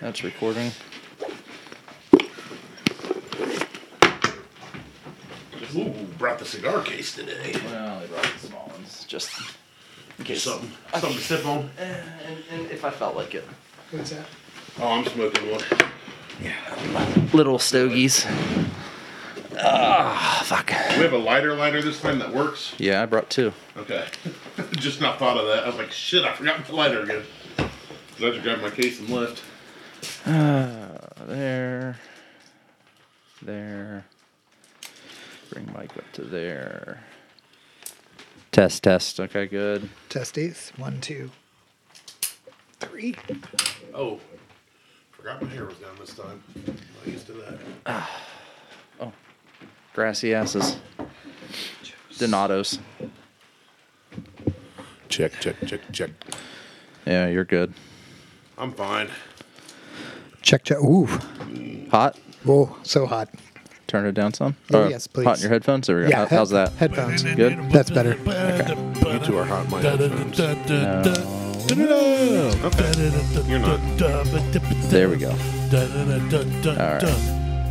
That's recording. Ooh, brought the cigar case today. Well, they brought the small ones just in case. Something, something to sip on. And, and if I felt like it. What's that? Oh, I'm smoking one. Little stogies. Ah, fuck. Do we have a lighter lighter this time that works? Yeah, I brought two. Okay. Just not thought of that. I was like, shit, I forgot my lighter again. So I just grabbed my case and left. There. There. Bring Mike up to there. Test, test. Okay, good. Testes. One, two, three. Oh, forgot my hair was down this time. Not used to that. Grassy asses. Donatos. Check, check, check, check. Yeah, you're good. I'm fine. Check, check. Ooh. Hot? Whoa, so hot. Turn it down some? Oh, Or yes, Hot in please. your headphones? There we go. How- head- How's that? Headphones. Good? That's better. You two are hot, my headphones. You're not. There we go.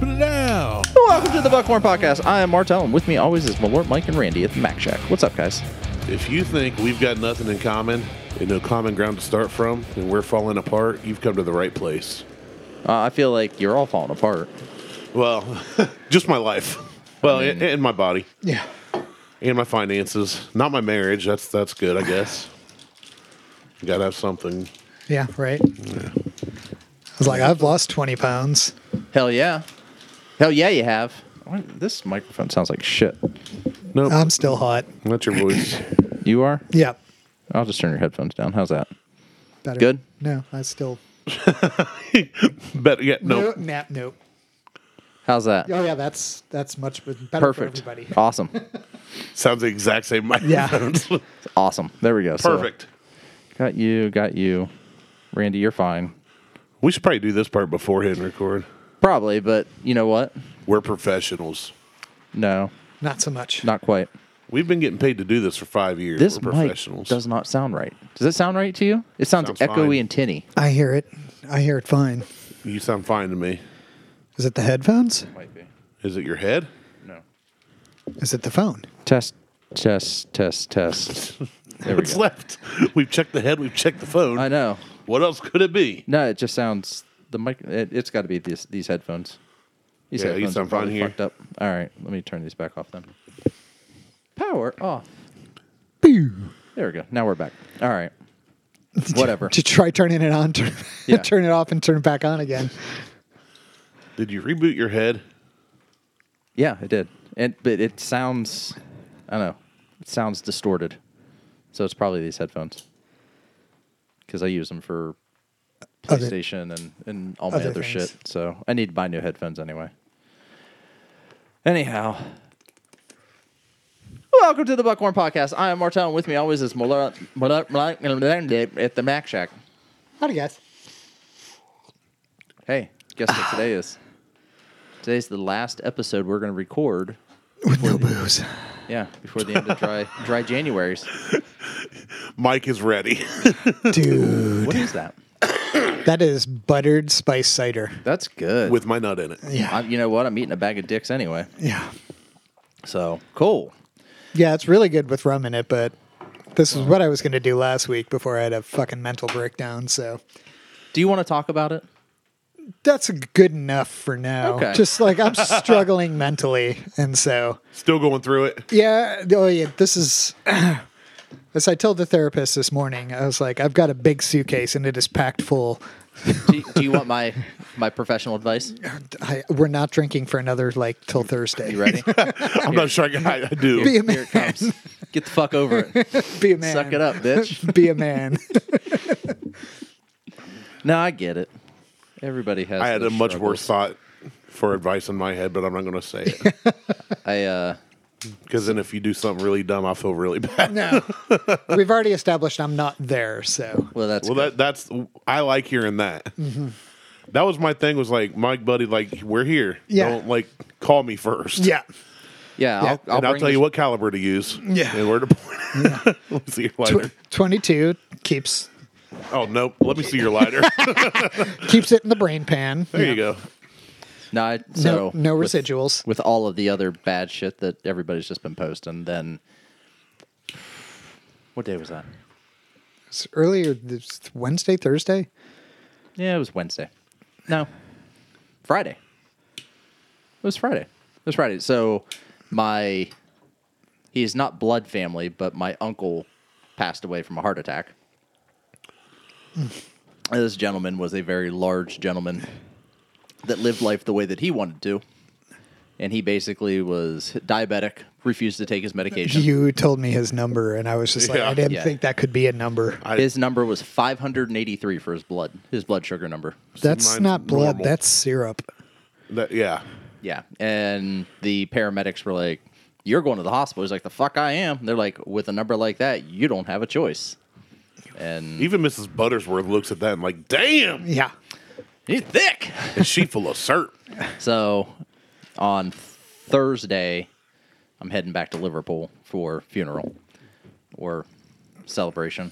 Welcome to the Buckhorn Podcast. I am Martel, and with me always is Malort, Mike, and Randy at the Mac Shack. What's up, guys? If you think we've got nothing in common and no common ground to start from, and we're falling apart, you've come to the right place. Uh, I feel like you're all falling apart. Well, just my life. Well, and, and my body Yeah. and my finances. Not my marriage. That's that's good, I guess. Got to have something. Yeah, right? I was like, I've lost 20 pounds. Hell yeah. Hell yeah, you have. What- This microphone sounds like shit. Nope, I'm still hot. that's your voice. You are? Yeah. I'll just turn your headphones down. How's that? Better. Good? No, I still. Better yet, no. No, nah, nope. How's that? Oh, yeah, that's that's much better for Perfect. everybody. Awesome. Sounds the exact same microphones. awesome. There we go. So, Perfect. got you. Got you. Randy, you're fine. We should probably do this part beforehand and record. Probably, but you know what? We're professionals. No, Not so much. not quite. We've been getting paid to do this for five years. This We're mic professionals. does not sound right. Does it sound right to you? It sounds, Sounds echoey fine. and tinny. I hear it. I hear it fine. You sound fine to me. Is it the headphones? Might be. Is it your head? No. Is it the phone? Test, test, test, test. There we What's go. left? We've checked the head. We've checked the phone. I know. What else could it be? No, it just sounds the mic. It, it's got to be these these headphones. These Yeah, you sound are probably fine here. Fucked up. All right, let me turn these back off then. Power off. There we go. Now we're back. All right. Whatever. To try turning it on, turn, Yeah. turn it off, and turn it back on again. Did you reboot your head? Yeah, it did. And but it sounds, I don't know, it sounds distorted. So it's probably these headphones because I use them for Other- PlayStation and and all my other other things. shit. So I need to buy new headphones anyway. Anyhow. Welcome to the Buckhorn Podcast. I am Martel, and with me always is Malora Malora- Malora- at the Mac Shack. Howdy, guys. Hey, guess what today is? Today's the last episode we're going to record With no booze. Yeah, before the end of dry dry Januaries. Mike is ready. Dude, What is that? that is buttered spice cider. That's good. With my nut in it. Yeah. I'm, you know what? I'm eating a bag of dicks anyway. yeah. So cool. Yeah, it's really good with rum in it, but this is what I was going to do last week before I had a fucking mental breakdown. So Do you want to talk about it? that's good enough for now. Okay. Just like I'm struggling mentally. And so, Still going through it. yeah, oh, yeah, this is. As I told the therapist this morning, I was like, I've got a big suitcase and it is packed full. Do you, do you want my my professional advice? I, we're not drinking for another, like, till Thursday. You ready? I'm not sure I, got- I do. Be a Here man. it comes. Get the fuck over it. Be a man. Suck it up, bitch. Be a man. No, I get it. Everybody has. I had their a much struggles. worse thought for advice in my head, but I'm not going to say it. I uh, Because then if you do something really dumb, I feel really bad. No. We've already established I'm not there, so well, that's Well, good. that that's I like hearing that. Mm-hmm. That was my thing. Was like, Mike, buddy, like we're here. Yeah. Don't like call me first. yeah. yeah. yeah. I'll, I'll, and I'll bring tell the- you what caliber to use. Yeah. And where to point. it. Let's see you later. Tw- 22 keeps Oh nope. Let me see your lighter. Keeps it in the brain pan. there you go. No, I, No, so no with- residuals. With, all of the other bad shit that everybody's just been posting, then what day was that? It's earlier this Wednesday, Thursday. Yeah, it was Wednesday. No, Friday. It was Friday. It was Friday. So my he is not blood family, but my uncle passed away from a heart attack. And This gentleman was a very large gentleman that lived life the way that he wanted to. And he basically was diabetic, refused to take his medication. You told me his number, and I was just like, Yeah. I didn't Yeah. think that could be a number. I- his number was 583 for his blood, his blood sugar number. That's mine's not blood. normal. That's syrup. That, yeah. Yeah. And the paramedics were like, You're going to the hospital. He's like, The fuck I am. They're like, With a number like that, you don't have a choice. And Even Mrs. Buttersworth looks at that and like, damn, Yeah. he's thick. is she full of syrup? so on Thursday, I'm heading back to Liverpool for funeral or celebration.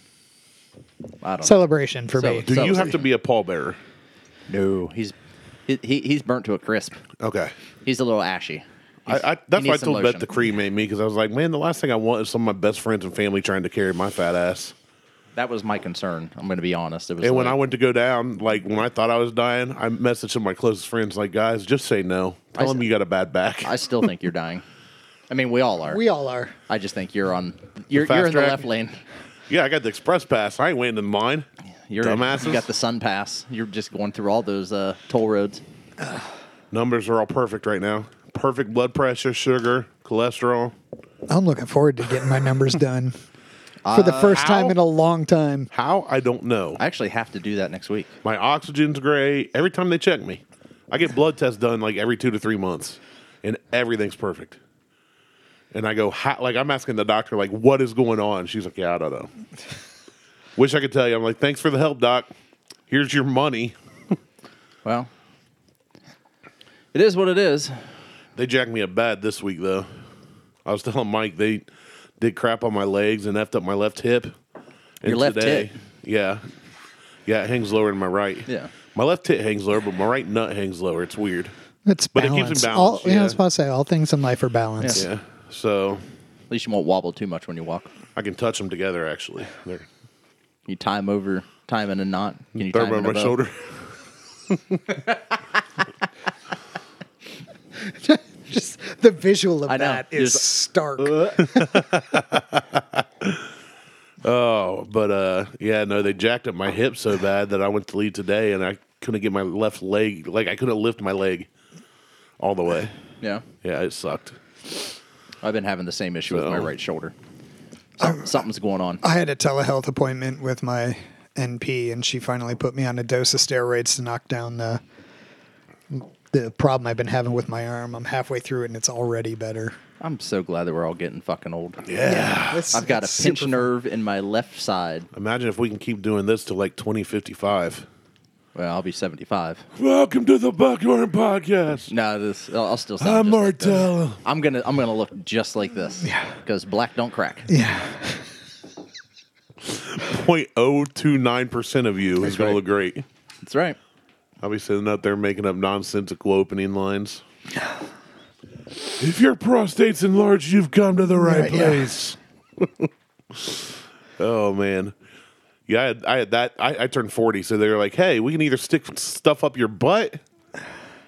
I don't Celebration for Cele- me. Do you Sounds have like- to be a pallbearer? know. No, he's he, he, he's burnt to a crisp. Okay. He's a little ashy. He's- I, I, he that's why I needs some told Beth lotion. to cremate me because I was like, man, the last thing I want is some of my best friends and family trying to carry my fat ass. That was my concern. I'm going to be honest. It was And when like- I went to go down, like when I thought I was dying, I messaged some of my closest friends, like, guys, just say no. I Tell s- them you got a bad back. I still think you're dying. I mean, we all are. we all are. I just think you're on. You're, fast you're in the track? left lane. yeah, I got the express pass. I ain't waiting in line. You're Dumbasses. You got the sun pass. You're just going through all those uh, toll roads. Numbers are all perfect right now. Perfect blood pressure, sugar, cholesterol. I'm looking forward to getting my numbers done for Uh, the first time how? in a long time. How? I don't know. I actually have to do that next week. My oxygen's great. Every time they check me, I get blood tests done like every two to three months, and everything's perfect. And I go, how, like, I'm asking the doctor, like, what is going on? She's like, yeah, I don't know. Wish I could tell you. I'm like, thanks for the help, doc. Here's your money. Well, it is what it is. They jacked me up bad this week, though. I was telling Mike they did crap on my legs and effed up my left hip. And Your left hip? Yeah. Yeah, it hangs lower than my right. Yeah. My left hip hangs lower, but my right nut hangs lower. It's weird. It's But it balance. keeps it all, balanced, yeah. I was yeah. about to say, all things in life are balance. Yeah. So At least you won't wobble too much when you walk. I can touch them together, actually. They're You tie 'em over, tie 'em in a knot. Can you they're tie 'em by in my a bow? shoulder. Just the visual of I know. that You're is just- stark. Oh, but uh, yeah, no, they jacked up my hip so bad that I went to leave today and I couldn't get my left leg, like, I couldn't lift my leg all the way. Yeah. Yeah, it sucked. I've been having the same issue with my So- right shoulder. Some- something's going on. I had a telehealth appointment with my NP, and she finally put me on a dose of steroids to knock down the the problem I've been having with my arm. I'm halfway through it, and it's already better. I'm so glad that we're all getting fucking old. Yeah. It's- I've got a it's pinched super- nerve in my left side. Imagine if we can keep doing this to like 2055. Well, I'll be 75. Welcome to the Buckhorn Podcast. No, this I'll I'll still sound. just like this. I'm gonna I'm gonna look just like this. Yeah. Because black don't crack. Yeah, 0.029% of you is going right. to look great. That's right. I'll be sitting up there making up nonsensical opening lines. if your prostate's enlarged, you've come to the right, Right, yeah. place. oh man. Yeah, I had, I had that. I, I turned 40, so they were like, hey, we can either stick stuff up your butt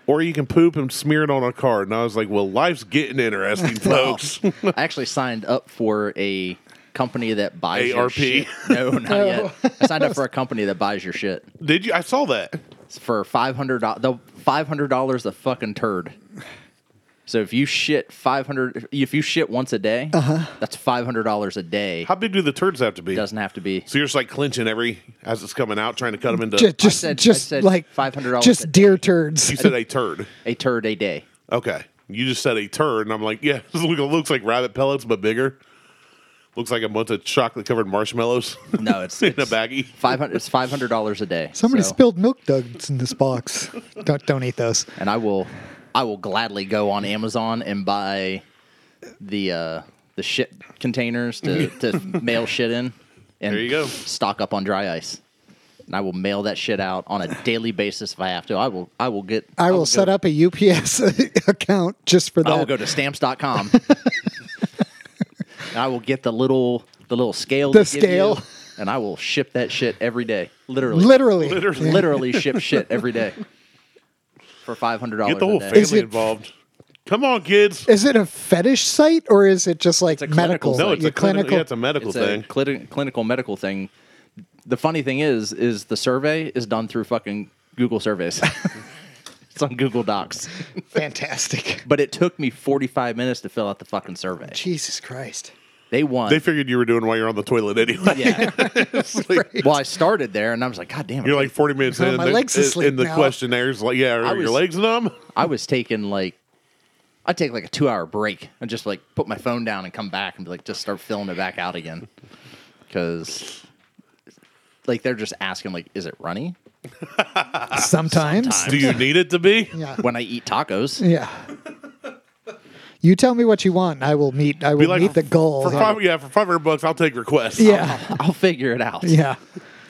or you can poop and smear it on a card. And I was like, well, life's getting interesting, folks. I actually signed up for a company that buys your ARP. shit. No, not yet. I signed up for a company that buys your shit Did you? I saw that. It's for five hundred dollars. Five hundred dollars a fucking turd. So if you shit five hundred, if you shit once a day, that's five hundred dollars a day. How big do the turds have to be? Doesn't have to be. so you're just like clenching every as it's coming out, trying to cut them into. just just, said- I just said like $500 a Just deer turds. you said a turd. A turd a day. Okay. You just said a turd, and I'm like, yeah, this look- looks like rabbit pellets, but bigger. Looks like a bunch of chocolate covered marshmallows No, it's, in a it's baggie. Five hundred. It's five hundred dollars a day. Somebody So- spilled milk duds in this box. don't don't eat those. and I will I will gladly go on Amazon and buy the uh, the shit containers to, to mail shit in and There you go. stock up on dry ice. and I will mail that shit out on a daily basis if I have to. I will. I will get. I will set up a UPS account just for that. I will go to stamps.com. And I will get the little the little scale. The they give you, scale. and I will ship that shit every day. Literally. literally. Literally. Yeah. literally ship shit every day for five hundred dollars. Get the whole a day. family it- involved. Come on, kids. Is it a fetish site or is it just like It's a medical? clinical No, like it's Your a clinical. Yeah, it's a medical It's thing. a clini- clinical medical thing. The funny thing is, is the survey is done through fucking Google surveys. it's on Google Docs, Fantastic. but it took me forty five minutes to fill out the fucking survey. Jesus Christ. They won. they figured you were doing while you're on the toilet anyway. yeah. It's like- well, I started there, and I was like, God damn it! You're like 40 minutes Oh, in. my the- leg's in- asleep in the now. questionnaires, like, yeah, I are your was- legs numb? I was taking like, I take like a two hour break and just like put my phone down and come back and like just start filling it back out again, because like they're just asking like, is it runny? Uh, Sometimes. Do you need it to be? Yeah. When I eat tacos, Yeah. You tell me what you want, and I will meet. I will Be like, meet the goal. For five, yeah, for 500 bucks, I'll take requests. yeah, I'll figure it out. yeah.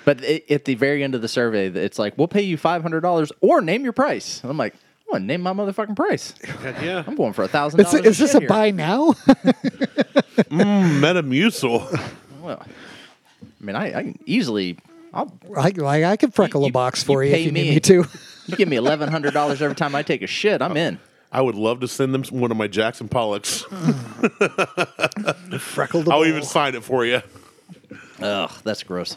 But i at the very end of the survey, it's like, we'll pay you five hundred dollars or name your price. I'm like, I'm gonna name my motherfucking price. Heck yeah. I'm going for a thousand Is, dollars. it- is this a buy now? Metamucil. Well, I mean, I, I can easily. I'll I, like I can freckle You- a box you for you, pay if you need me. me to. you give me eleven hundred dollars every time I take a shit. I'm in. I would love to send them one of my Jackson Pollocks. Freckle the I'll bowl. even sign it for you. Ugh, that's gross.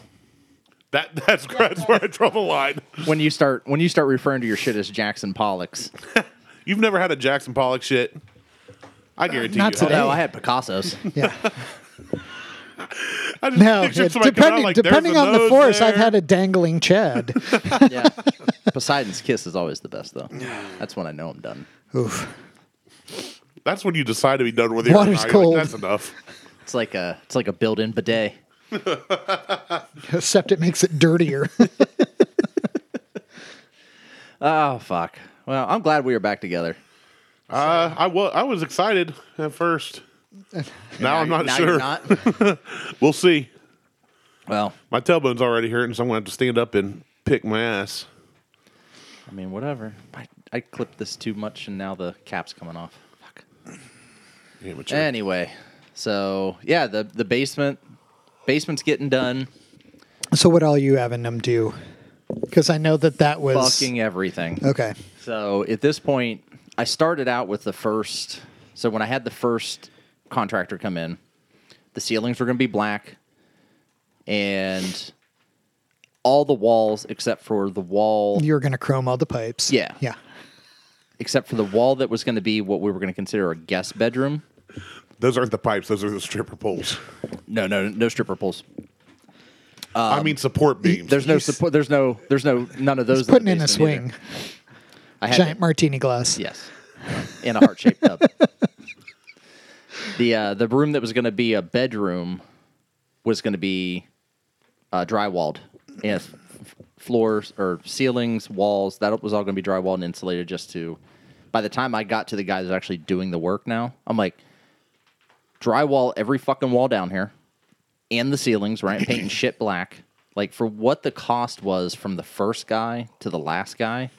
That That's, that's where I draw the line. When you start when you start referring to your shit as Jackson Pollock's. You've never had a Jackson Pollock shit. I guarantee Not you. today. No, I had Picasso's. Yeah. I just No, picture it- somebody coming out depending like, there's depending a on the nose force, I've there. had a dangling Chad. yeah. Poseidon's kiss is always the best though. That's when I know I'm done. Oof. That's when you decide to be done with it. Water's You're like, cold. That's enough. It's like a it's like a built-in bidet. Except it makes it dirtier. Oh fuck. Well, I'm glad we are back together. Uh, I was I was excited at first. Now I'm not now sure. You're not. We'll see. Well, My tailbone's already hurting, so I'm gonna have to stand up and pick my ass. I mean, whatever. I, I clipped this too much, and now the cap's coming off. Fuck. Amateur. Anyway, so yeah, the the basement basement's getting done. so what all you having them do? Because I know that that was Fucking everything. okay. So at this point, I started out with the first. So when I had the first contractor come in, the ceilings were going to be black, and all the walls except for the wall, You're gonna chrome all the pipes. Yeah. yeah. except for the wall that was going to be what we were going to consider a guest bedroom. Those aren't the pipes; those are the stripper poles. No, no, no stripper poles. I mean support beams. Um, There's no He's- support. There's no. There's no. None of those. It's putting in a basement either. swing, I had giant martini glass. Yes, in a heart shaped tub. the uh, the room that was going to be a bedroom was going to be uh, drywalled, and f- f- floors or ceilings, walls. That was all going to be drywalled and insulated. Just to, by the time I got to the guy that's actually doing the work now, I'm like, drywall every fucking wall down here, and the ceilings, right? Painting shit black. Like for what the cost was from the first guy to the last guy,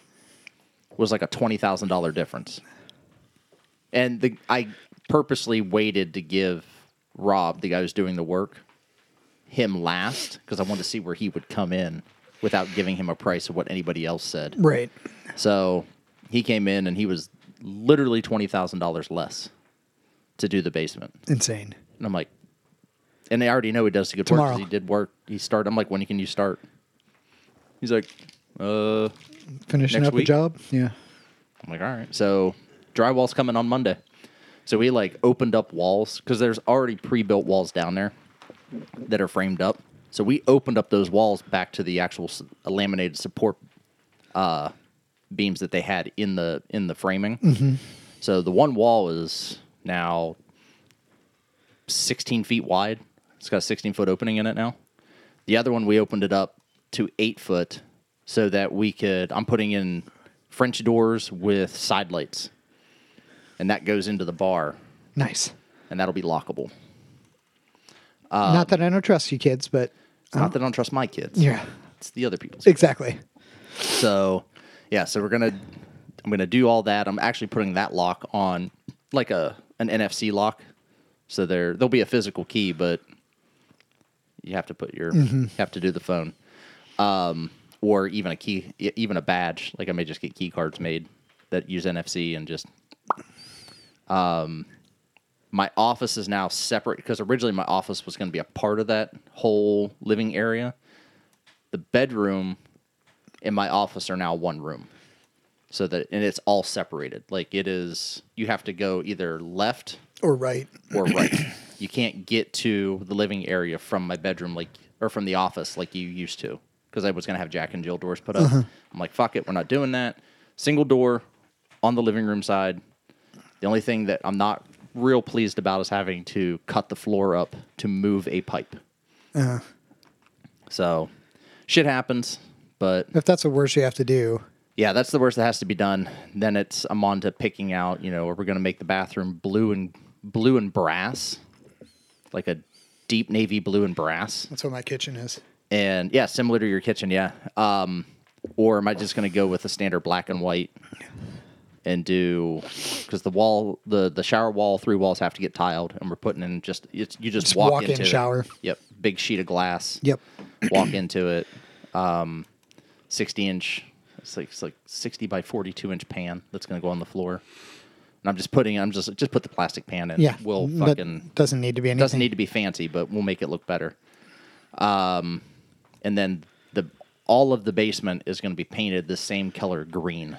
was like a twenty thousand dollar difference. And the I purposely waited to give Rob, the guy who's doing the work, him last because I wanted to see where he would come in without giving him a price of what anybody else said. Right. So he came in and he was literally twenty thousand dollars less to do the basement. Insane. And I'm like, and they already know he does the good work Tomorrow. 'cause he did work. He started. I'm like, when can you start? He's like, uh, Finishing Next up week? a job. Yeah. I'm like, all right. So drywall's coming on Monday. So we like opened up walls because there's already pre-built walls down there that are framed up. So we opened up those walls back to the actual s- laminated support uh, beams that they had in the in the framing. So the one wall is now 16 feet wide. It's got a 16 foot opening in it now. The other one we opened it up to eight foot so that we could. I'm putting in French doors with side lights, and that goes into the bar, Nice. and that'll be lockable. Not that I don't trust you kids, but Not that I don't trust my kids. yeah. It's the other people's. Exactly. So, yeah, so we're gonna I'm gonna do all that. I'm actually putting that lock on like a an NFC lock. So there there'll be a physical key, but you have to put your you have to do the phone, um, or even a key, e- even a badge. Like I may just get key cards made that use NFC and just. Um, my office is now separate because originally my office was going to be a part of that whole living area. The bedroom in my office are now one room. So that and it's all separated. Like it is you have to go either left Or right. or right. You can't get to the living area from my bedroom like or from the office like you used to because I was going to have Jack and Jill doors put up. I'm like, "Fuck it, we're not doing that." Single door on the living room side. The only thing that I'm not real pleased about is having to cut the floor up to move a pipe. Uh, So, shit happens, but if that's the worst you have to do, yeah, that's the worst that has to be done. Then it's I'm on to picking out, you know, are we going to make the bathroom blue and blue and brass, like a deep navy blue and brass, that's what my kitchen is. and yeah, similar to your kitchen, yeah. Um, or am I just going to go with a standard black and white and do because the wall, the the shower wall, three walls have to get tiled, and we're putting in just it's you just, Just walk, walk in, into it. shower. Yep, big sheet of glass Yep. walk into it. Um, sixty inch, it's like it's like sixty by forty two inch pan that's going to go on the floor. And I'm just putting, I'm just just put the plastic pan in. Yeah. we'll That fucking doesn't need to be anything. doesn't need to be fancy, but we'll make it look better. Um, and then the all of the basement is going to be painted the same color green.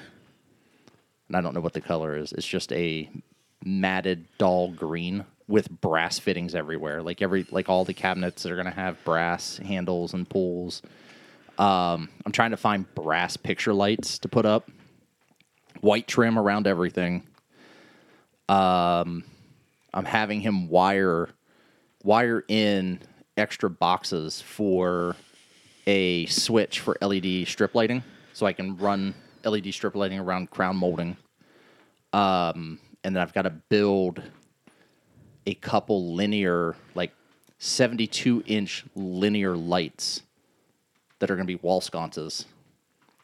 And I don't know what the color is. It's just a matted dull green with brass fittings everywhere. Like every like all the cabinets that are going to have brass handles and pulls. Um, I'm trying to find brass picture lights to put up. White trim around everything. Um, I'm having him wire wire in extra boxes for a switch for LED strip lighting, so I can run LED strip lighting around crown molding. Um, and then I've got to build a couple linear, like 72 inch linear lights that are going to be wall sconces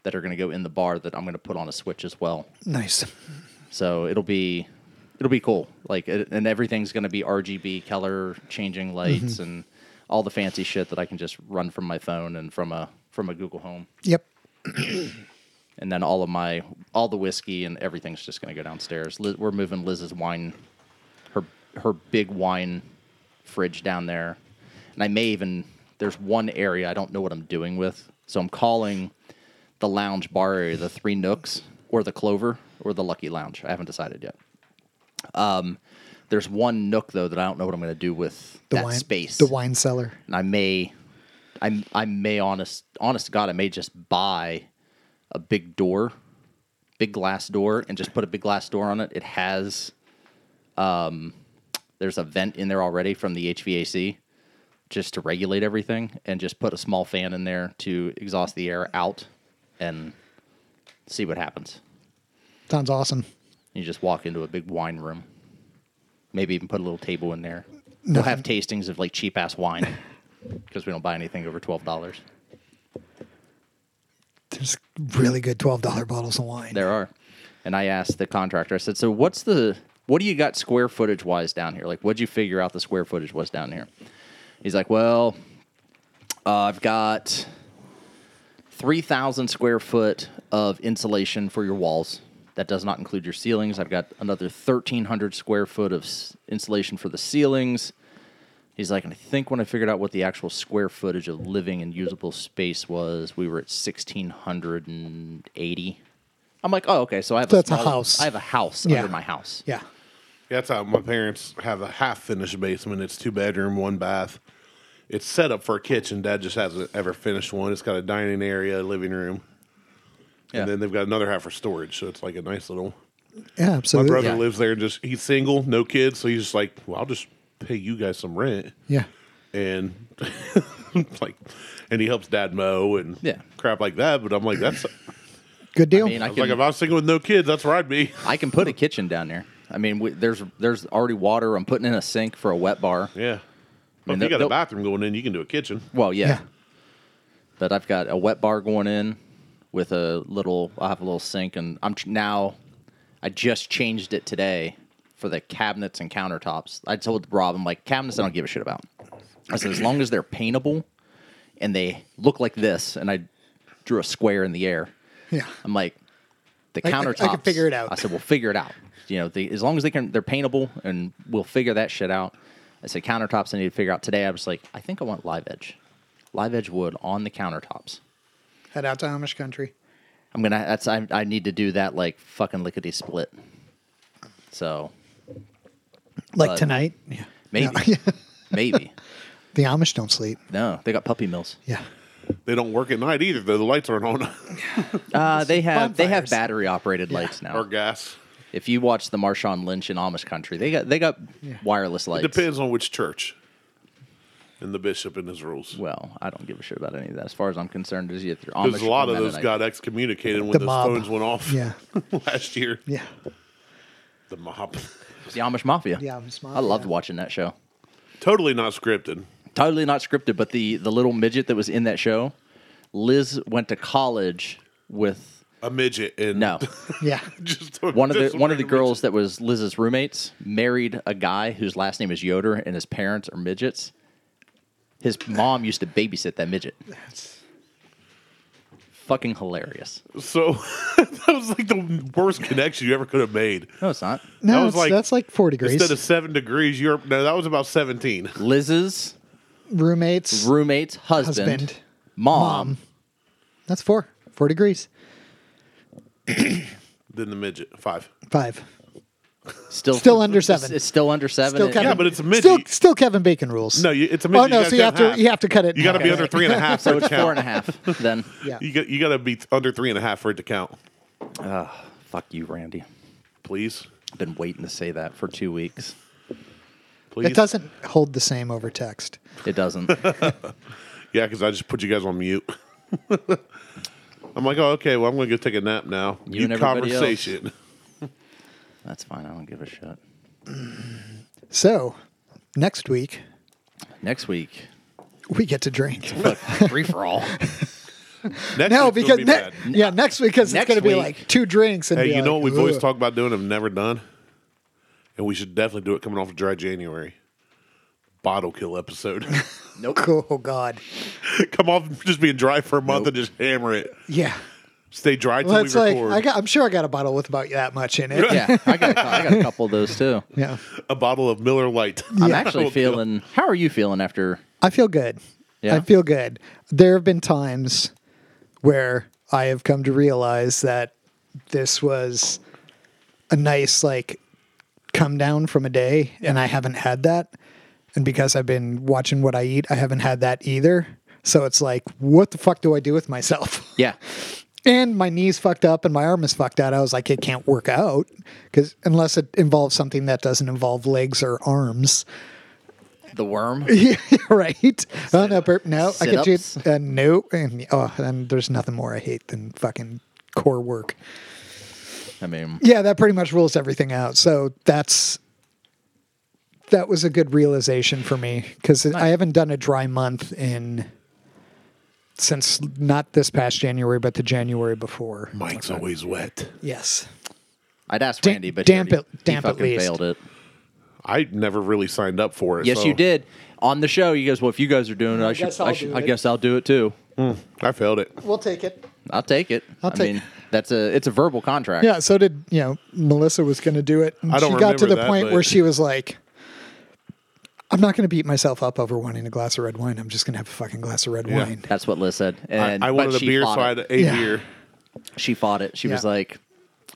that are going to go in the bar that I'm going to put on a switch as well. Nice. So it'll be it'll be cool. Like it- and everything's going to be RGB color changing lights and all the fancy shit that I can just run from my phone and from a from a Google Home. Yep. And then all of my all the whiskey and everything's just going to go downstairs. Liz, we're moving Liz's wine her her big wine fridge down there. And I may even there's one area I don't know what I'm doing with. So I'm calling the lounge bar area the Three Nooks or the Clover or the Lucky Lounge. I haven't decided yet. Um, there's one nook though that I don't know what I'm going to do with The that wine space. The wine cellar. And I may I I may honest honest to God I may just buy a big door, big glass door and just put a big glass door on it. It has um, there's a vent in there already from the HVAC just to regulate everything and just put a small fan in there to exhaust the air out and see what happens. Sounds awesome. You just walk into a big wine room. Maybe even put a little table in there. We'll have tastings of like cheap ass wine because we don't buy anything over $12. There's really good twelve dollar bottles of wine. There are. And I asked the contractor, I said, so what's the, what do you got square footage wise down here? Like, what'd you figure out the square footage was down here? He's like, well, uh, I've got 3,000 square foot of insulation for your walls. That does not include your ceilings. I've got another 1,300 square foot of s- insulation for the ceilings. He's like, and I think when I figured out what the actual square footage of living and usable space was, we were at 1,680. I'm like, oh, okay. So I have So that's a smaller- house. I have a house Yeah. under my house. Yeah. Yeah, that's how my parents have a half finished basement. It's two bedroom, one bath. It's set up for a kitchen. Dad just hasn't ever finished one. It's got a dining area, living room. Yeah. And then they've got another half for storage. So it's like a nice little. Yeah, My absolutely. brother Yeah. lives there and just, he's single, no kids. So he's just like, well, I'll just pay you guys some rent. Yeah. And like, and he helps dad mow and Yeah. crap like that. But I'm like, that's Good deal. mean, I- I was like, if I was single with no kids, that's where I'd be. I can put a kitchen down there. I mean, we, there's there's already water. I'm putting in a sink for a wet bar. Yeah. Well, mean, if they'll- you got a they'll- bathroom going in, you can do a kitchen. Well, yeah. Yeah. that I've got a wet bar going in with a little. I have a little sink, and I'm tr- now. I just changed it today for the cabinets and countertops. I told Rob, I'm like cabinets. I don't give a shit about. I said as long as they're paintable and they look like this, and I drew a square in the air. Yeah. I'm like the I- I can countertops. figure it out. I said we'll figure it out. You know, they, as long as they can, they're paintable, and we'll figure that shit out. I said countertops. I need to figure out today. I was like, I think I want live edge, live edge wood on the countertops. Head out to Amish country. I'm gonna. That's I. I need to do that like fucking lickety split. So Like Uh, tonight? Yeah. maybe, maybe The Amish don't sleep. no. They got puppy mills. Yeah. They don't work at night either. though. The lights aren't on Uh, they have they have bonfires. battery operated lights now. or gas. If you watch the Marshawn Lynch in Amish country, they got they got wireless lights. Depends on which church and the bishop and his rules. Well, I don't give a shit about any of that. As far as I'm concerned, is either Amish Because a lot or of those Mennonite. got excommunicated when The those mob. phones went off Yeah. last year. Yeah. The mob. It's the Amish Mafia. The Amish I loved Mafia. watching that show. totally not scripted. Totally not scripted, but the the little midget that was in that show, Liz went to college with A midget and no. Yeah. just a- one of the just one of the random girls that was Liz's roommates married a guy whose last name is Yoder, and his parents are midgets. His mom used to babysit that midget. Fucking hilarious. midget. So that was like the worst connection you ever could have made. No, it's not. No, was it's, like- that's like four degrees. Instead of seven degrees, you're no, that was about seventeen. Liz's Roommates. roommate's husband, Husband. mom, That's four. Four degrees. Then the midget five. Five. still Still under it's- seven. It's still under seven. Still and- Kevin. Yeah, but it's a midget. Still, still Kevin Bacon rules. No, you, it's a midget. Oh no! gotta so you cut have in to half. you have to cut it. You got to be Okay. under three and a half. so for it to it's four count. and a half. Then Yeah. You got you got to be under three and a half for it to count. fuck you, Randy. Please, I've been waiting to say that for two weeks. please. It doesn't hold the same over text. It doesn't. Yeah, because I just put you guys on mute. I'm like, oh, okay. Well, I'm gonna go take a nap now. You and everybody else. conversation. That's fine. I don't give a shit. So next week Next week, we get to drink. free for all. Next No, week's because gonna be ne- bad. yeah, next week because it's Next going to be week- like two drinks and Hey, be you know like, what we've always "Ugh." talked about doing and never done? And we should definitely do it coming off of dry January. Bottle kill episode. Nope. Oh God, Come off just being dry for a month and just hammer it. yeah. Stay dry till Well, it's we like record. I got, I'm sure I got a bottle with about that much in it. Yeah, I got, a cou- I got a couple of those too. yeah. a bottle of Miller Lite. I'm Yeah. actually feeling. How are you feeling after? I feel good. Yeah? I feel good. There have been times where I have come to realize that this was a nice like come down from a day and I haven't had that. And because I've been watching what I eat, I haven't had that either. So it's like, what the fuck do I do with myself? Yeah, And my knees fucked up and my arm is fucked out. I was like, it can't work out because unless it involves something that doesn't involve legs or arms. the worm. Yeah, right. Oh no, burp. No, I could do sit-ups. uh, no, and oh, and there's nothing more I hate than fucking core work. I mean, Yeah, that pretty much rules everything out. So that's that was a good realization for me because I haven't done a dry month in since not this past January, but the January before. Mike's always wet. Yes, I'd ask Damp- Randy, but damp he, it- damp he at fucking least. failed it. I never really signed up for it. Yes, so you did on the show. You guys, well, if you guys are doing it, I, should. guess I I'll should. do I it. guess I'll do it too. I failed it. we'll take it. I'll take it. I'll I take- mean, that's a. It's a verbal contract. Yeah, so did you know Melissa was going to do it. And I don't she got to remember the that, point but- where she was like, "I'm not going to beat myself up over wanting a glass of red wine. I'm just going to have a fucking glass of red wine." That's what Liz said, I, and I but wanted a she beer, so fought I it. had a Yeah. beer. she fought it. She was Yeah. like,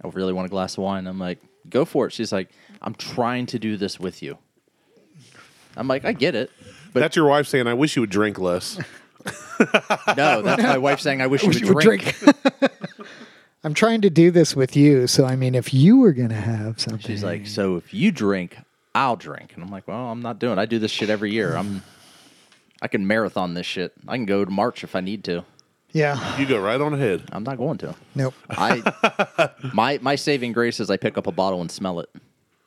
"I really want a glass of wine." I'm like, "Go for it." She's like, "I'm trying to do this with you." I'm like, "I get it." But That's your wife saying, I wish you would drink less. no, that's my wife saying, "I wish you would You would drink." drink. I'm trying to do this with you, so I mean, if you were going to have something, She's like, "So if you drink, I'll drink." And I'm like, "Well, I'm not doing. It. I do this shit every year. I'm, I can marathon this shit. I can go to March if I need to. "Yeah, You go right on ahead. I'm not going to. nope, I, my my saving grace is I pick up a bottle and smell it.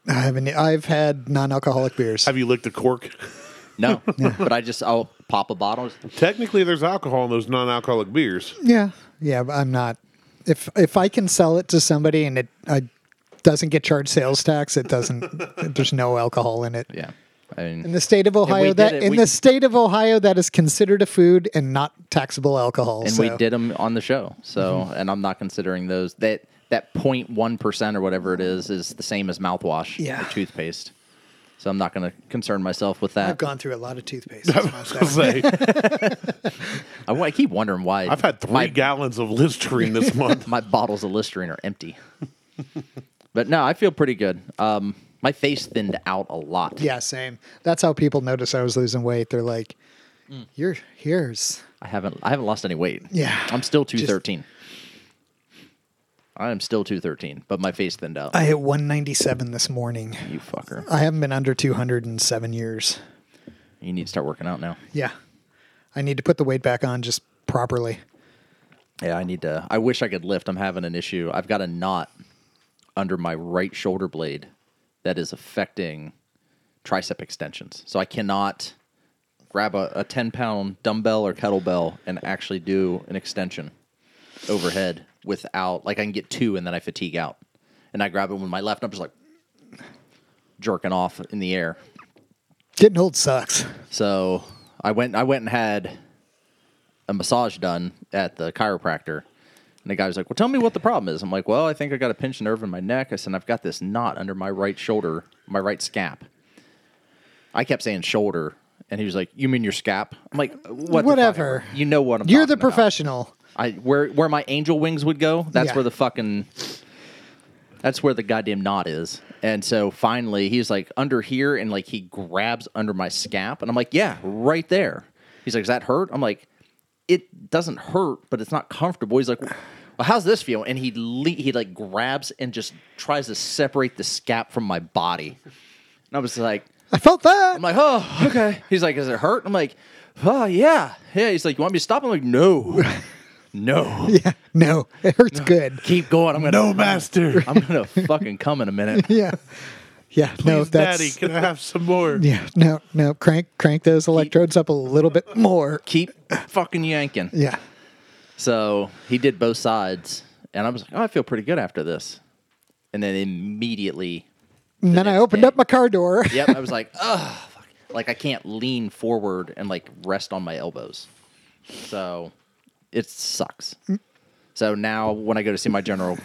I haven't. I've had non-alcoholic beers. Have you licked a cork? No, but I just I'll pop a bottle. Technically, there's alcohol in those non-alcoholic beers. Yeah, yeah, but I'm not. If if I can sell it to somebody and it I, doesn't get charged sales tax, it doesn't. there's no alcohol in it. Yeah, I mean, In the state of we Ohio, did that it, in we- the state of Ohio, that is considered a food and not taxable alcohol. and so. Mm-hmm. we did them on the show. So, and I'm not considering those that that 0.1 percent or whatever it is is the same as mouthwash Yeah. or toothpaste. So I'm not going to concern myself with that. I've gone through a lot of toothpaste. Say, I, wa- I keep wondering why I've had three my, gallons of Listerine this month. my bottles of Listerine are empty. but no, I feel pretty good. Um, my face thinned out a lot. yeah, same. That's how people notice I was losing weight. They're like, Mm. "Your here's I haven't I haven't lost any weight. Yeah. I'm still 213. I am still 213, but my face thinned out. I hit 197 this morning. you fucker. I haven't been under 200 in seven years. You need to start working out now. Yeah, I need to put the weight back on just properly. Yeah, I need to. I wish I could lift. I'm having an issue. I've got a knot under my right shoulder blade that is affecting tricep extensions. So I cannot grab a, a 10 pound dumbbell or kettlebell and actually do an extension overhead without, like, I can get two and then I fatigue out. And I grab it with my left, and I'm just like jerking off in the air. Getting old sucks. So I went I went and had a massage done at the chiropractor. And the guy was like, Well, tell me what the problem is. I'm like, Well, I think I got a pinched nerve in my neck. I said, I've got this knot under my right shoulder, my right scap. I kept saying shoulder. And he was like, You mean your scap? I'm like, what the fuck Whatever. ever. You know what I'm You're the talking about. professional. I where where my angel wings would go, that's Yeah. where the fucking that's where the goddamn knot is. And so finally he's like under here and like he grabs under my scap and I'm like, "Yeah, right there." He's like, "Does that hurt?" I'm like, "It doesn't hurt, but it's not comfortable." He's like, "Well, how's this feel?" And he le- he like grabs and just tries to separate the scap from my body. And I was like, I felt that. I'm like, oh, okay. He's like, is it hurt? I'm like, oh, yeah. Yeah. He's like, you want me to stop? I'm like, no. No. yeah, no, it hurts good. Keep going. I'm going to. no, Oh, master. I'm going to fucking come in a minute. Yeah, yeah. no, Please, that's Daddy, can I have some more? yeah. No, no. Crank, crank those electrodes up a little bit more. Keep fucking yanking. Yeah, So he did both sides. And I was like, oh, I feel pretty good after this. And then immediately, and then I opened up my car door. yep, I was like, ugh. fuck." Like, I can't lean forward and like rest on my elbows. So it sucks. So now when I go to see my general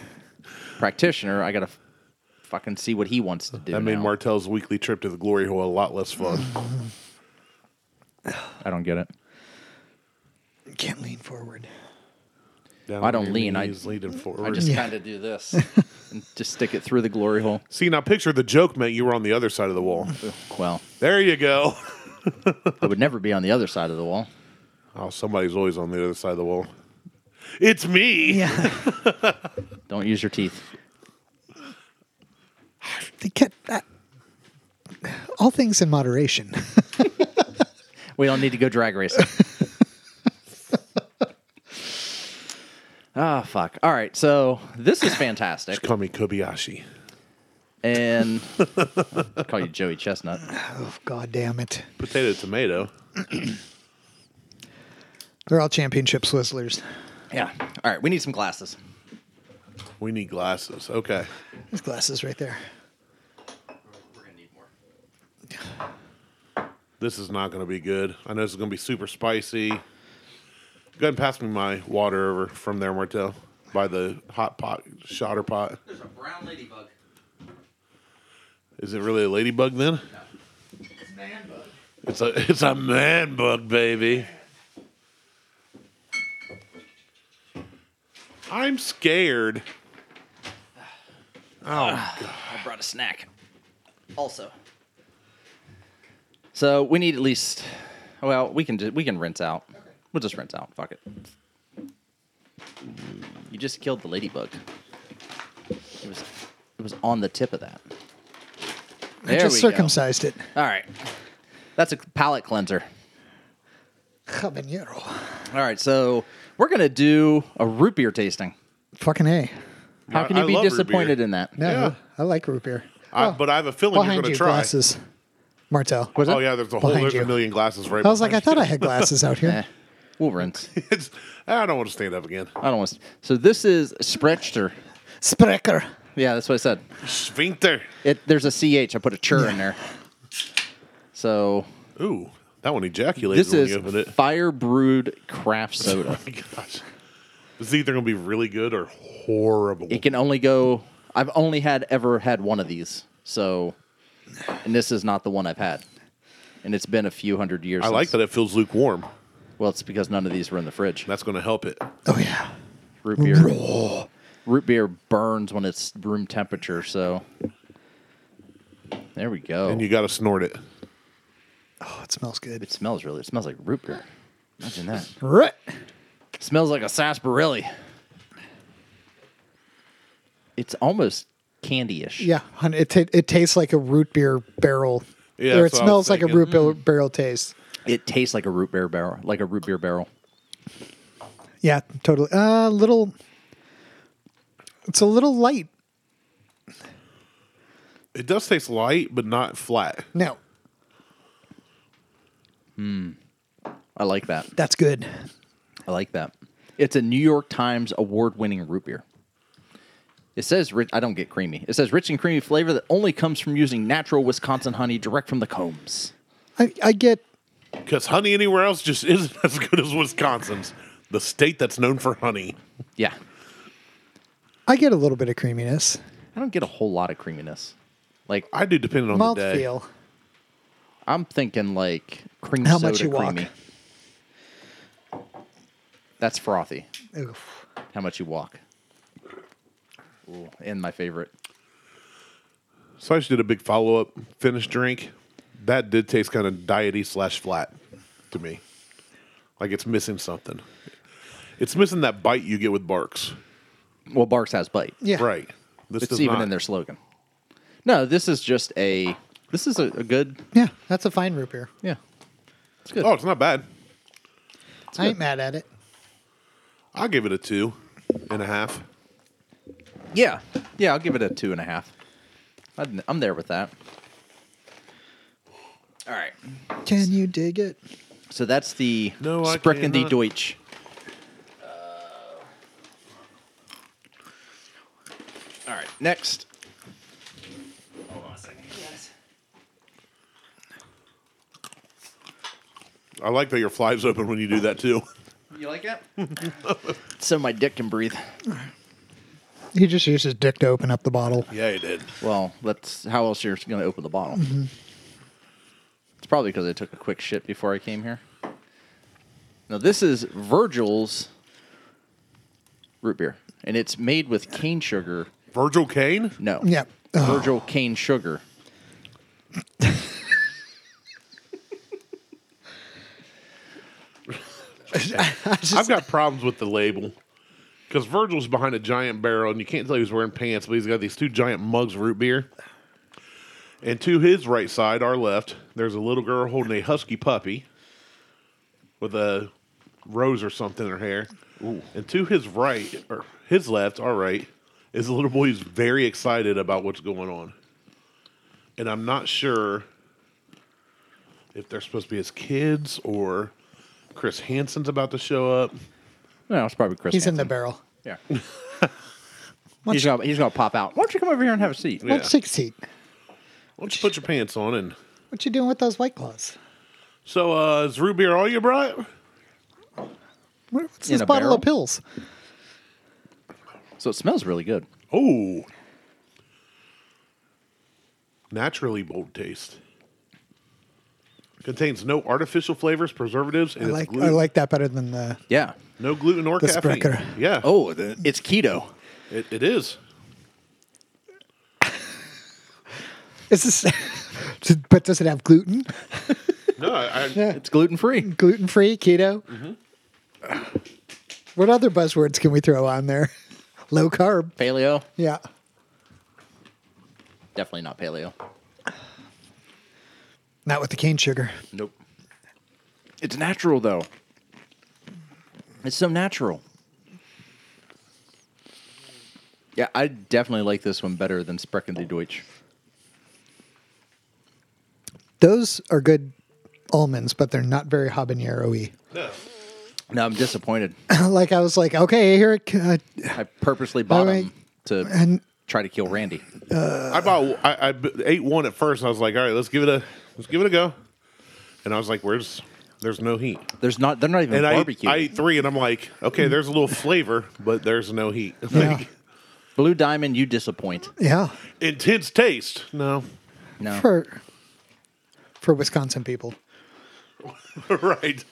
practitioner, I got to fucking see what he wants to do. That made now. Martel's weekly trip to the glory hole a lot less fun. I don't get it. Can't lean forward. Down I don't on your lean, I- knees, leaning forward. I just Yeah. kind of do this and just stick it through the glory hole. See now, picture the joke meant you were on the other side of the wall. Well, There you go. I would never be on the other side of the wall. Oh, somebody's always on the other side of the wall. It's me. Yeah, Don't use your teeth. they get that. All things in moderation. We don't need to go drag racing. Ah, fuck. All right. So this is fantastic. Call me Kobayashi. And I call you Joey Chestnut. Oh God damn it! Potato tomato. They're all championship swizzlers. Yeah. All right. We need some glasses. We need glasses. Okay. There's glasses right there. We're going to need more. This is not going to be good. I know this is going to be super spicy. Go ahead and pass me my water over from there, Martel, by the hot pot, shotter pot. There's a brown ladybug. Is it really a ladybug then? Man bug. It's a it's a man bug, baby. I'm scared. I brought a snack. Also. So we need at least. Well, we can ju- we can rinse out. We'll just rinse out. Fuck it. You just killed the ladybug. It was it was on the tip of that. I There just we go. circumcised it. All right. That's a palate cleanser. Habanero. All right, so we're gonna do a root beer tasting. Fucking a. How I- can you I be love root beer. disappointed in that? No, Yeah. I like root beer. I, Oh, but I have a feeling you're behind going you, to try. glasses. Martel. Was it? Oh yeah, there's a whole Behind there's you. a million glasses right. I was like, I behind thought I had glasses out here. Eh, we'll rinse. you. It's- I don't want to stand up again. I don't want. To, so this is Sprechter. Sprecher. Yeah, that's what I said. Sphincter. It there's a ch. I put a chur in there. So Ooh, that one ejaculated this when is you opened it. fire brewed craft soda. My gosh, it's either gonna be really good or horrible. it can only go. I've only had ever had one of these. So, and this is not the one I've had. And it's been a few hundred years. I like that it feels lukewarm. Well, it's because none of these were in the fridge. That's gonna help it. Oh yeah. Root beer. root beer burns when it's room temperature. So, there we go. And you gotta snort it. Oh, it smells good. It smells really. It smells like root beer. Imagine that. Right. smells like a sarsaparilla. It's almost candy-ish. Yeah, hun- it ta it tastes like a root beer barrel. Yeah, or it that's what I was smells like a thinking. Mm-hmm. root beer barrel taste. It tastes like a root beer barrel, like a root beer barrel. Yeah, totally. A uh, little. It's a little light. It does taste light, but not flat. No, I like that. that's good. I like that. It's a New York Times award-winning root beer. It says rich. I don't get creamy. It says rich and creamy flavor that only comes from using natural Wisconsin honey direct from the combs. I, I get. Because honey anywhere else just isn't as good as Wisconsin's, the state that's known for honey. Yeah, I get a little bit of creaminess, I don't get a whole lot of creaminess. Like I do, depending on the day. mouthfeel. I'm thinking like cream How soda much you walk. creamy. That's frothy. Oof. How much you walk. Ooh, and my favorite. So I just did a big follow up finished drink. That did taste kind of diety slash flat to me. Like it's missing something. It's missing that bite you get with Barks. Well, Barks has bite. Yeah, Right. This It's does even not. in their slogan. No, this is just a. This is a, a good. Yeah, that's a fine root beer. Yeah. It's good. Oh, it's not bad. I ain't mad at it. I'll give it a two and a half. Yeah. Yeah, I'll give it a two and a half. I'd, I'm there with that. All right. Can you dig it? So that's the No, I Sprechen die cannot. Deutsch. All right, next. I like that your fly's open when you do that too. You like it? so my dick can breathe. He just used his dick to open up the bottle. Yeah, you did. Well, that's how else you're going to open the bottle. Mm-hmm. It's probably because I took a quick shit before I came here. Now this is Virgil's root beer, and it's made with cane sugar. Virgil Kane? No, Yeah. Ugh. Virgil cane sugar. I've got problems with the label because Virgil's behind a giant barrel, and you can't tell he's wearing pants, but he's got these two giant mugs of root beer. And to his right side, our left, there's a little girl holding a husky puppy with a rose or something in her hair. And to his right, or his left, our right, is a little boy who's very excited about what's going on. And I'm not sure if they're supposed to be his kids or Chris Hansen's about to show up. No, it's probably Chris. He's in the Hansen. barrel. Yeah. he's gonna he's gonna pop out. Why don't you come over here and have a seat? Yeah. Well, six feet. Why don't you put your pants on and What you doing with those white claws? so uh is root beer all you brought? What- What's In this a bottle barrel? of pills? So it smells really good. Oh. Naturally bold taste. Contains no artificial flavors, preservatives, and I it's like I gluten- like that better than the. Yeah. no gluten or the caffeine. Sprecher. Yeah. Oh, the, it's keto. It, it is. Is this? but does it have gluten? No, I, I- It's gluten free. Gluten free, keto. Mm-hmm. What other buzzwords can we throw on there? Low carb. Paleo. Yeah. Definitely not paleo. Not with the cane sugar. Nope. It's natural though. It's so natural. Yeah, I definitely like this one better than Sprechen die Deutsch. Those are good almonds, but they're not very habanero No, I'm disappointed. y. like I was like, okay, here it c- uh, I purposely bought right. them to and try to kill Randy. I bought I, I b- ate one at first. And I was like, all right, let's give it a let's give it a go. And I was like, where's there's no heat. There's not. They're not even And I ate, barbecue. I ate three, and I'm like, okay, there's a little flavor, but there's no heat. Like, Blue Diamond, you disappoint. yeah, intense taste. No, No, for for Wisconsin people. right.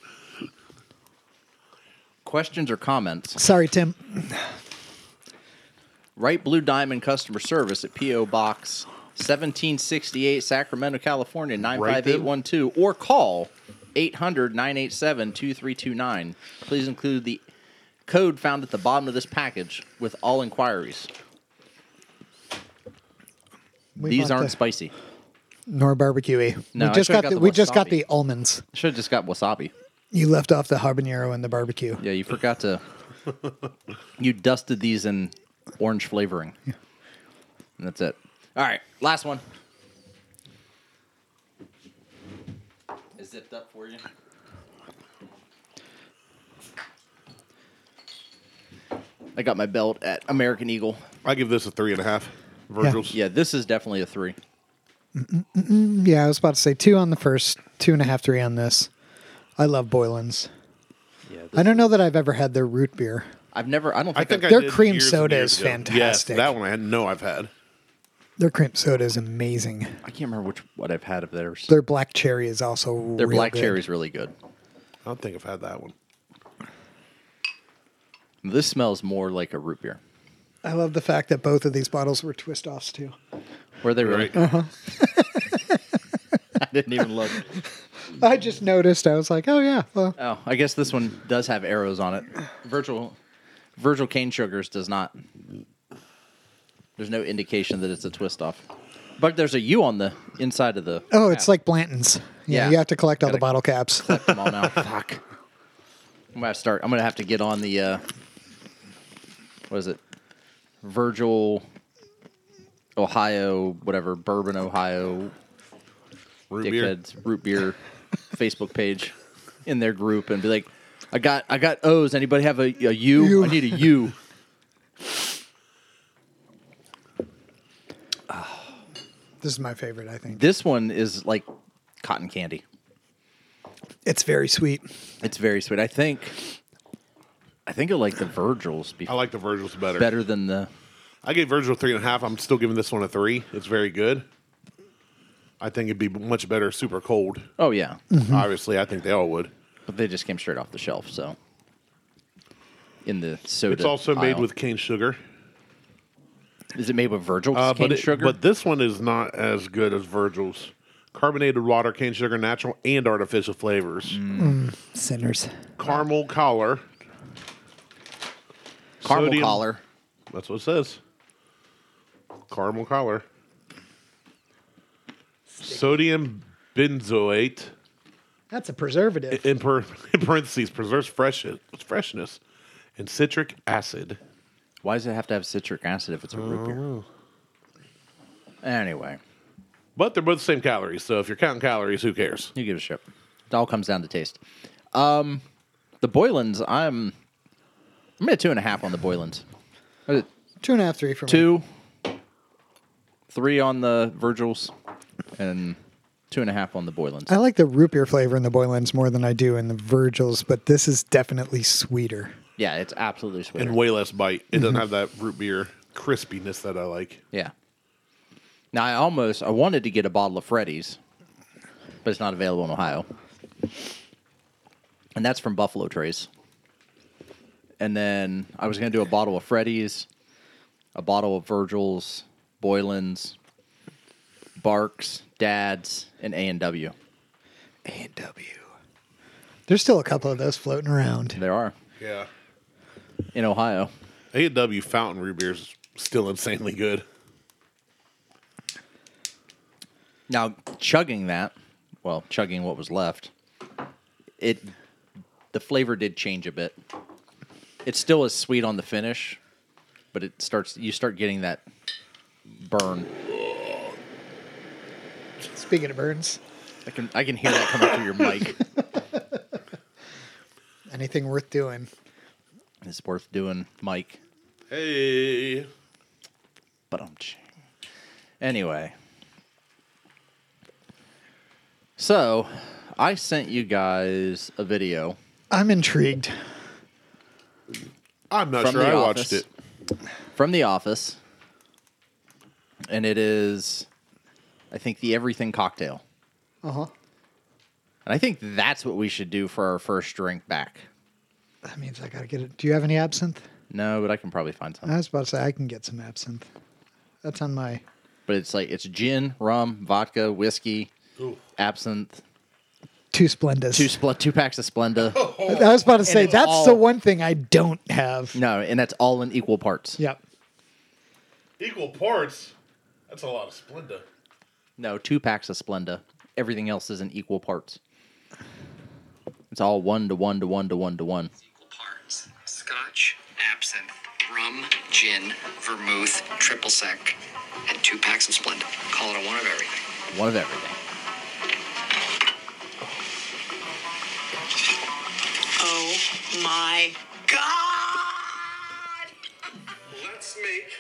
questions or comments. Sorry, Tim. Write Blue Diamond customer service at PO Box 1768 Sacramento, California Write them? 95812 or call 800-987-2329. Please include the code found at the bottom of this package with all inquiries. We These bought aren't the- spicy. nor barbecue-y. No, I we just should've got, got the, the we just got wasabi. the almonds. Should have just got wasabi. You left off the habanero and the barbecue. Yeah, you forgot to you dusted these in orange flavoring. And that's it. All right, last one. Is zipped up for you. I got my belt at American Eagle. I give this a three and a half. Virgil's. Yeah, this is definitely a three. Yeah, I was about to say two on the first, two and a half, three on this. I love Boylan's. Yeah, I don't know that I've ever had their root beer. I've never. I don't I think. think I Their did cream years and soda years is ago. fantastic. Yes, that one I had, no, I've had. Their cream soda is amazing. I, I can't remember which what I've had of theirs. Their black cherry is also Their real black good. cherry is really good. I don't think I've had that one. This smells more like a root beer. I love the fact that both of these bottles were twist offs too. Were they really? Right. Uh-huh. I didn't even look. I just noticed. I was like, oh yeah, well, Oh, I guess this one does have arrows on it. Virtual Virgil Cane Sugars does not. There's no indication that it's a twist off. But there's a U on the inside of the oh, it's like Blanton's. Yeah, Yeah. you have to collect all Gotta- the bottle caps. come on now. Fuck. I'm gonna start I'm gonna have to get on the uh what is it? Virgil Ohio, whatever, Bourbon, Ohio, Root beer. dickheads root beer Facebook page in their group and be like, I got I got O's. Anybody have a, a U? You. I need a U. this is my favorite. I think this one is like cotton candy. it's very sweet. It's very sweet. I think I think I like the Virgils be I like the Virgil's better. better than the I gave Virgil three and a half. I'm still giving this one a three. It's very good. I think it'd be much better super cold. Oh yeah. Obviously, I think they all would. But they just came straight off the shelf, so in the soda. It's also made aisle. with cane sugar, Is it made with Virgil's Uh, cane but it- sugar? but this one is not as good as Virgil's. Carbonated water, cane sugar, natural and artificial flavors. Mm. Sinners. Caramel collar. Caramel sodium- collar. That's what it says. Caramel collar. Sodium benzoate. That's a preservative. in, per, in parentheses preserves fresh, freshness and citric acid. Why does it have to have citric acid if it's a root beer? Anyway. But they're both the same calories, so if you're counting calories, who cares? Who gives a shit? It all comes down to taste. Um, the Boylans, I'm I'm at two and a half on the Boylans. What is it? Two and a half, three for me. Two, three on the Virgils, and two and a half on the Boylans. I like the root beer flavor in the Boylan's more than I do in the Virgil's, but this is definitely sweeter. Yeah, it's absolutely sweet. And way less bite. It Mm-hmm. doesn't have that root beer crispiness that I like. yeah. Now I almost I wanted to get a bottle of Freddy's, but it's not available in Ohio, and that's from Buffalo Trace. And then I was gonna do a bottle of Freddy's, a bottle of Virgil's, Boylan's, Barks, Dad's, and A and W. And W. There's still a couple of those floating around. There are Yeah. in Ohio. A&W fountain root beer is still insanely good. Now chugging that, well, chugging what was left, it the flavor did change a bit. It's still as sweet on the finish, but it starts you start getting that burn. Speaking of burns, I can I can hear that coming through your mic. Anything worth doing? It's worth doing, Mike. Hey. But I'm. Anyway, so I sent you guys a video I'm intrigued. I'm not From sure the I office. watched it. from The Office, and it is, I think, the Everything cocktail. Uh huh. And I think that's what we should do for our first drink back. That means I gotta get it. Do you have any absinthe? No, but I can probably find some. I was about to say I can get some absinthe. That's on my. But it's like it's gin, rum, vodka, whiskey, absinthe, Two Splendas. two spl- two packs of Splenda. I was about to say it's that's all- the one thing I don't have. No, and that's all in equal parts. Yep. Equal parts. That's a lot of Splenda. No, two packs of Splenda. Everything else is in equal parts. It's all one to one to one to one to one. equal parts scotch, absinthe, rum, gin, vermouth, triple sec, and two packs of Splenda. Call it a one of everything. One of everything. Oh my god! Let's make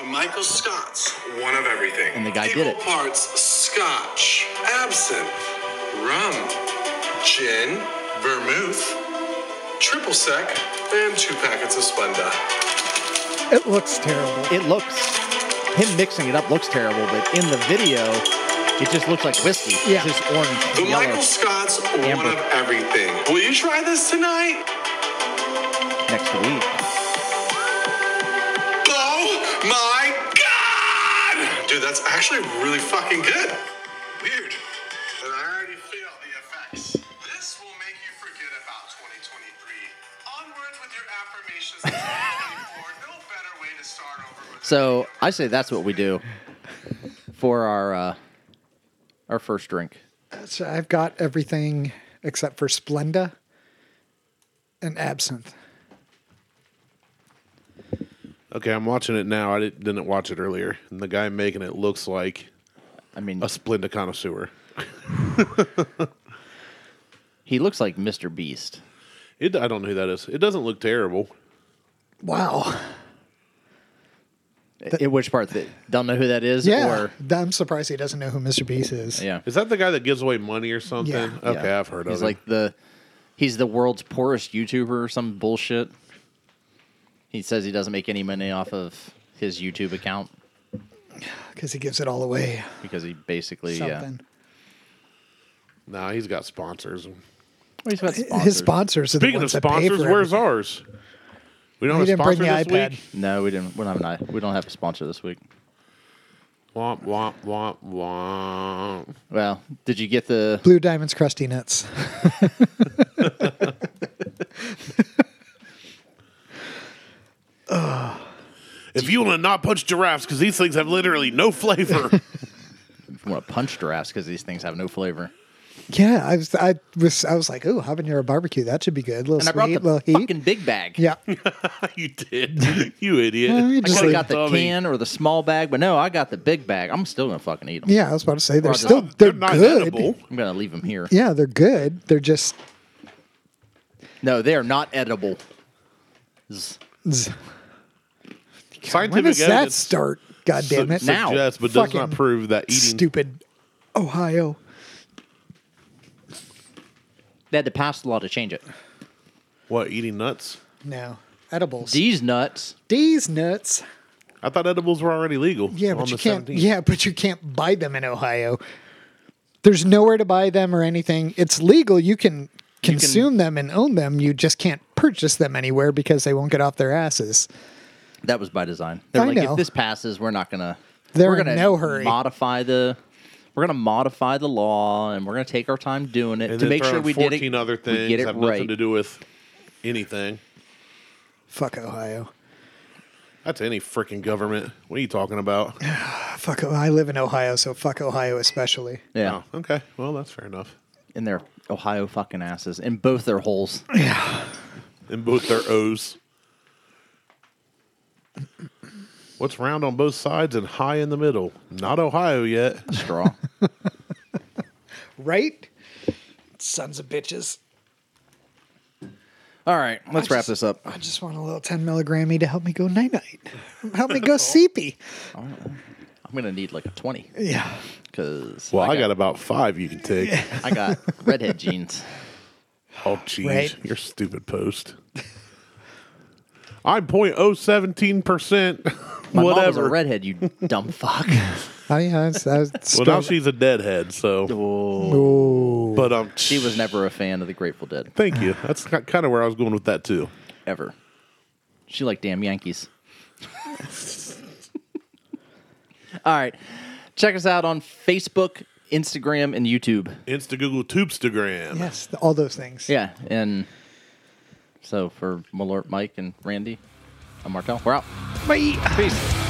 a Michael Scott's one of everything. And the guy did it. Equal Parts scotch, absinthe, rum, gin, vermouth, triple sec, and two packets of Splenda. It looks terrible. It looks him mixing it up looks terrible, but in the video, it just looks like whiskey. Yeah. It's just orange. The and yellow. Michael Scott's one Amber. of everything. Will you try this tonight? next week. Oh my god! Dude, that's actually really fucking good. Weird. And I already feel the effects. This will make you forget about 2023. Onward with your affirmations. in 2024. no better way to start over with So I say that's what we do for our uh, our first drink. So I've got everything except for Splenda and absinthe. Okay, I'm watching it now. I didn't, didn't watch it earlier. And the guy making it looks like I mean, a Splenda connoisseur. he looks like Mr. Beast. It, I don't know who that is. It doesn't look terrible. Wow. In which part? That don't know who that is. Yeah. Or, I'm surprised he doesn't know who Mr. Beast is. yeah. Is that the guy that gives away money or something? Yeah. Okay, Yeah. I've heard He's of like him. the he's the world's poorest YouTuber or some bullshit. He says he doesn't make any money off of his YouTube account Because he gives it all away. because he basically Something. Nah, he's got sponsors. yeah. Well, he's got His sponsors. sponsors are the Speaking of ones that pay sponsors, for where's everything. ours? We don't We have a didn't bring sponsor the this iPad. week. no, we didn't. We don't have an, i- we don't have a sponsor this week. Womp womp womp womp. Well, did you get the Blue Diamonds Crusty Nuts. If you want to not punch giraffes, because these things have literally no flavor. want to punch giraffes because these things have no flavor? Yeah, I was I was I was like, ooh, habanero barbecue, that should be good. little And I sweet, brought the little heat. fucking big bag. yeah. you did, you idiot. Well, you I could just have leave- got the Dummy. can or the small bag, but no, I got the big bag. I'm still gonna fucking eat them. Yeah, I was about to say they're Roger. still They're they're, not good. edible. I'm gonna leave them here. Yeah, they're good. They're just No, they are not edible. z- when Scientific does that evidence start? God damn it. now. suggests, but does not Fucking prove that eating. Stupid Ohio. They had to pass the law to change it. What eating nuts? No. Edibles. These nuts. These nuts. I thought edibles were already legal. Yeah, on but you the can't 17th. Yeah, but you can't buy them in Ohio. There's nowhere to buy them or anything. It's legal. You can consume them and own them. You just can't purchase them anywhere because they won't get off their asses. That was by design. They're I like, know. if this passes, we're not gonna. They're we're in gonna no hurry. Modify the. We're gonna modify the law, and we're gonna take our time doing it And to then make throw sure in we did 14 it. other things we get it have right. nothing to do with anything. Fuck Ohio. That's any freaking government. What are you talking about? Fuck. I live in Ohio, so fuck Ohio especially. yeah, Oh, okay. Well, that's fair enough. in their Ohio fucking asses, in both their holes. In both their O's. What's round on both sides and high in the middle? Not Ohio yet. Straw. right? Sons of bitches. All right, let's I wrap just- this up. I just want a little 10 milligrammy to help me go night night. Help me go sleepy. I'm gonna need like a twenty Yeah. because Well, I got about five you can take. I got redhead jeans. Oh, jeez. Right. Your stupid post. I'm 0.017%. My mom was a whatever. redhead, you dumb fuck. Oh, yeah. That's, that's well, now she's a deadhead, so. But um, Oh. she was never a fan of the Grateful Dead Thank you. That's kind of where I was going with that, too. ever. She liked damn Yankees. All right, check us out on Facebook, Instagram, and YouTube. Insta Google Tubestagram. yes, all those things. Yeah, and so for Malort Mike and Randy, I'm Martel. We're out. Bye. Peace.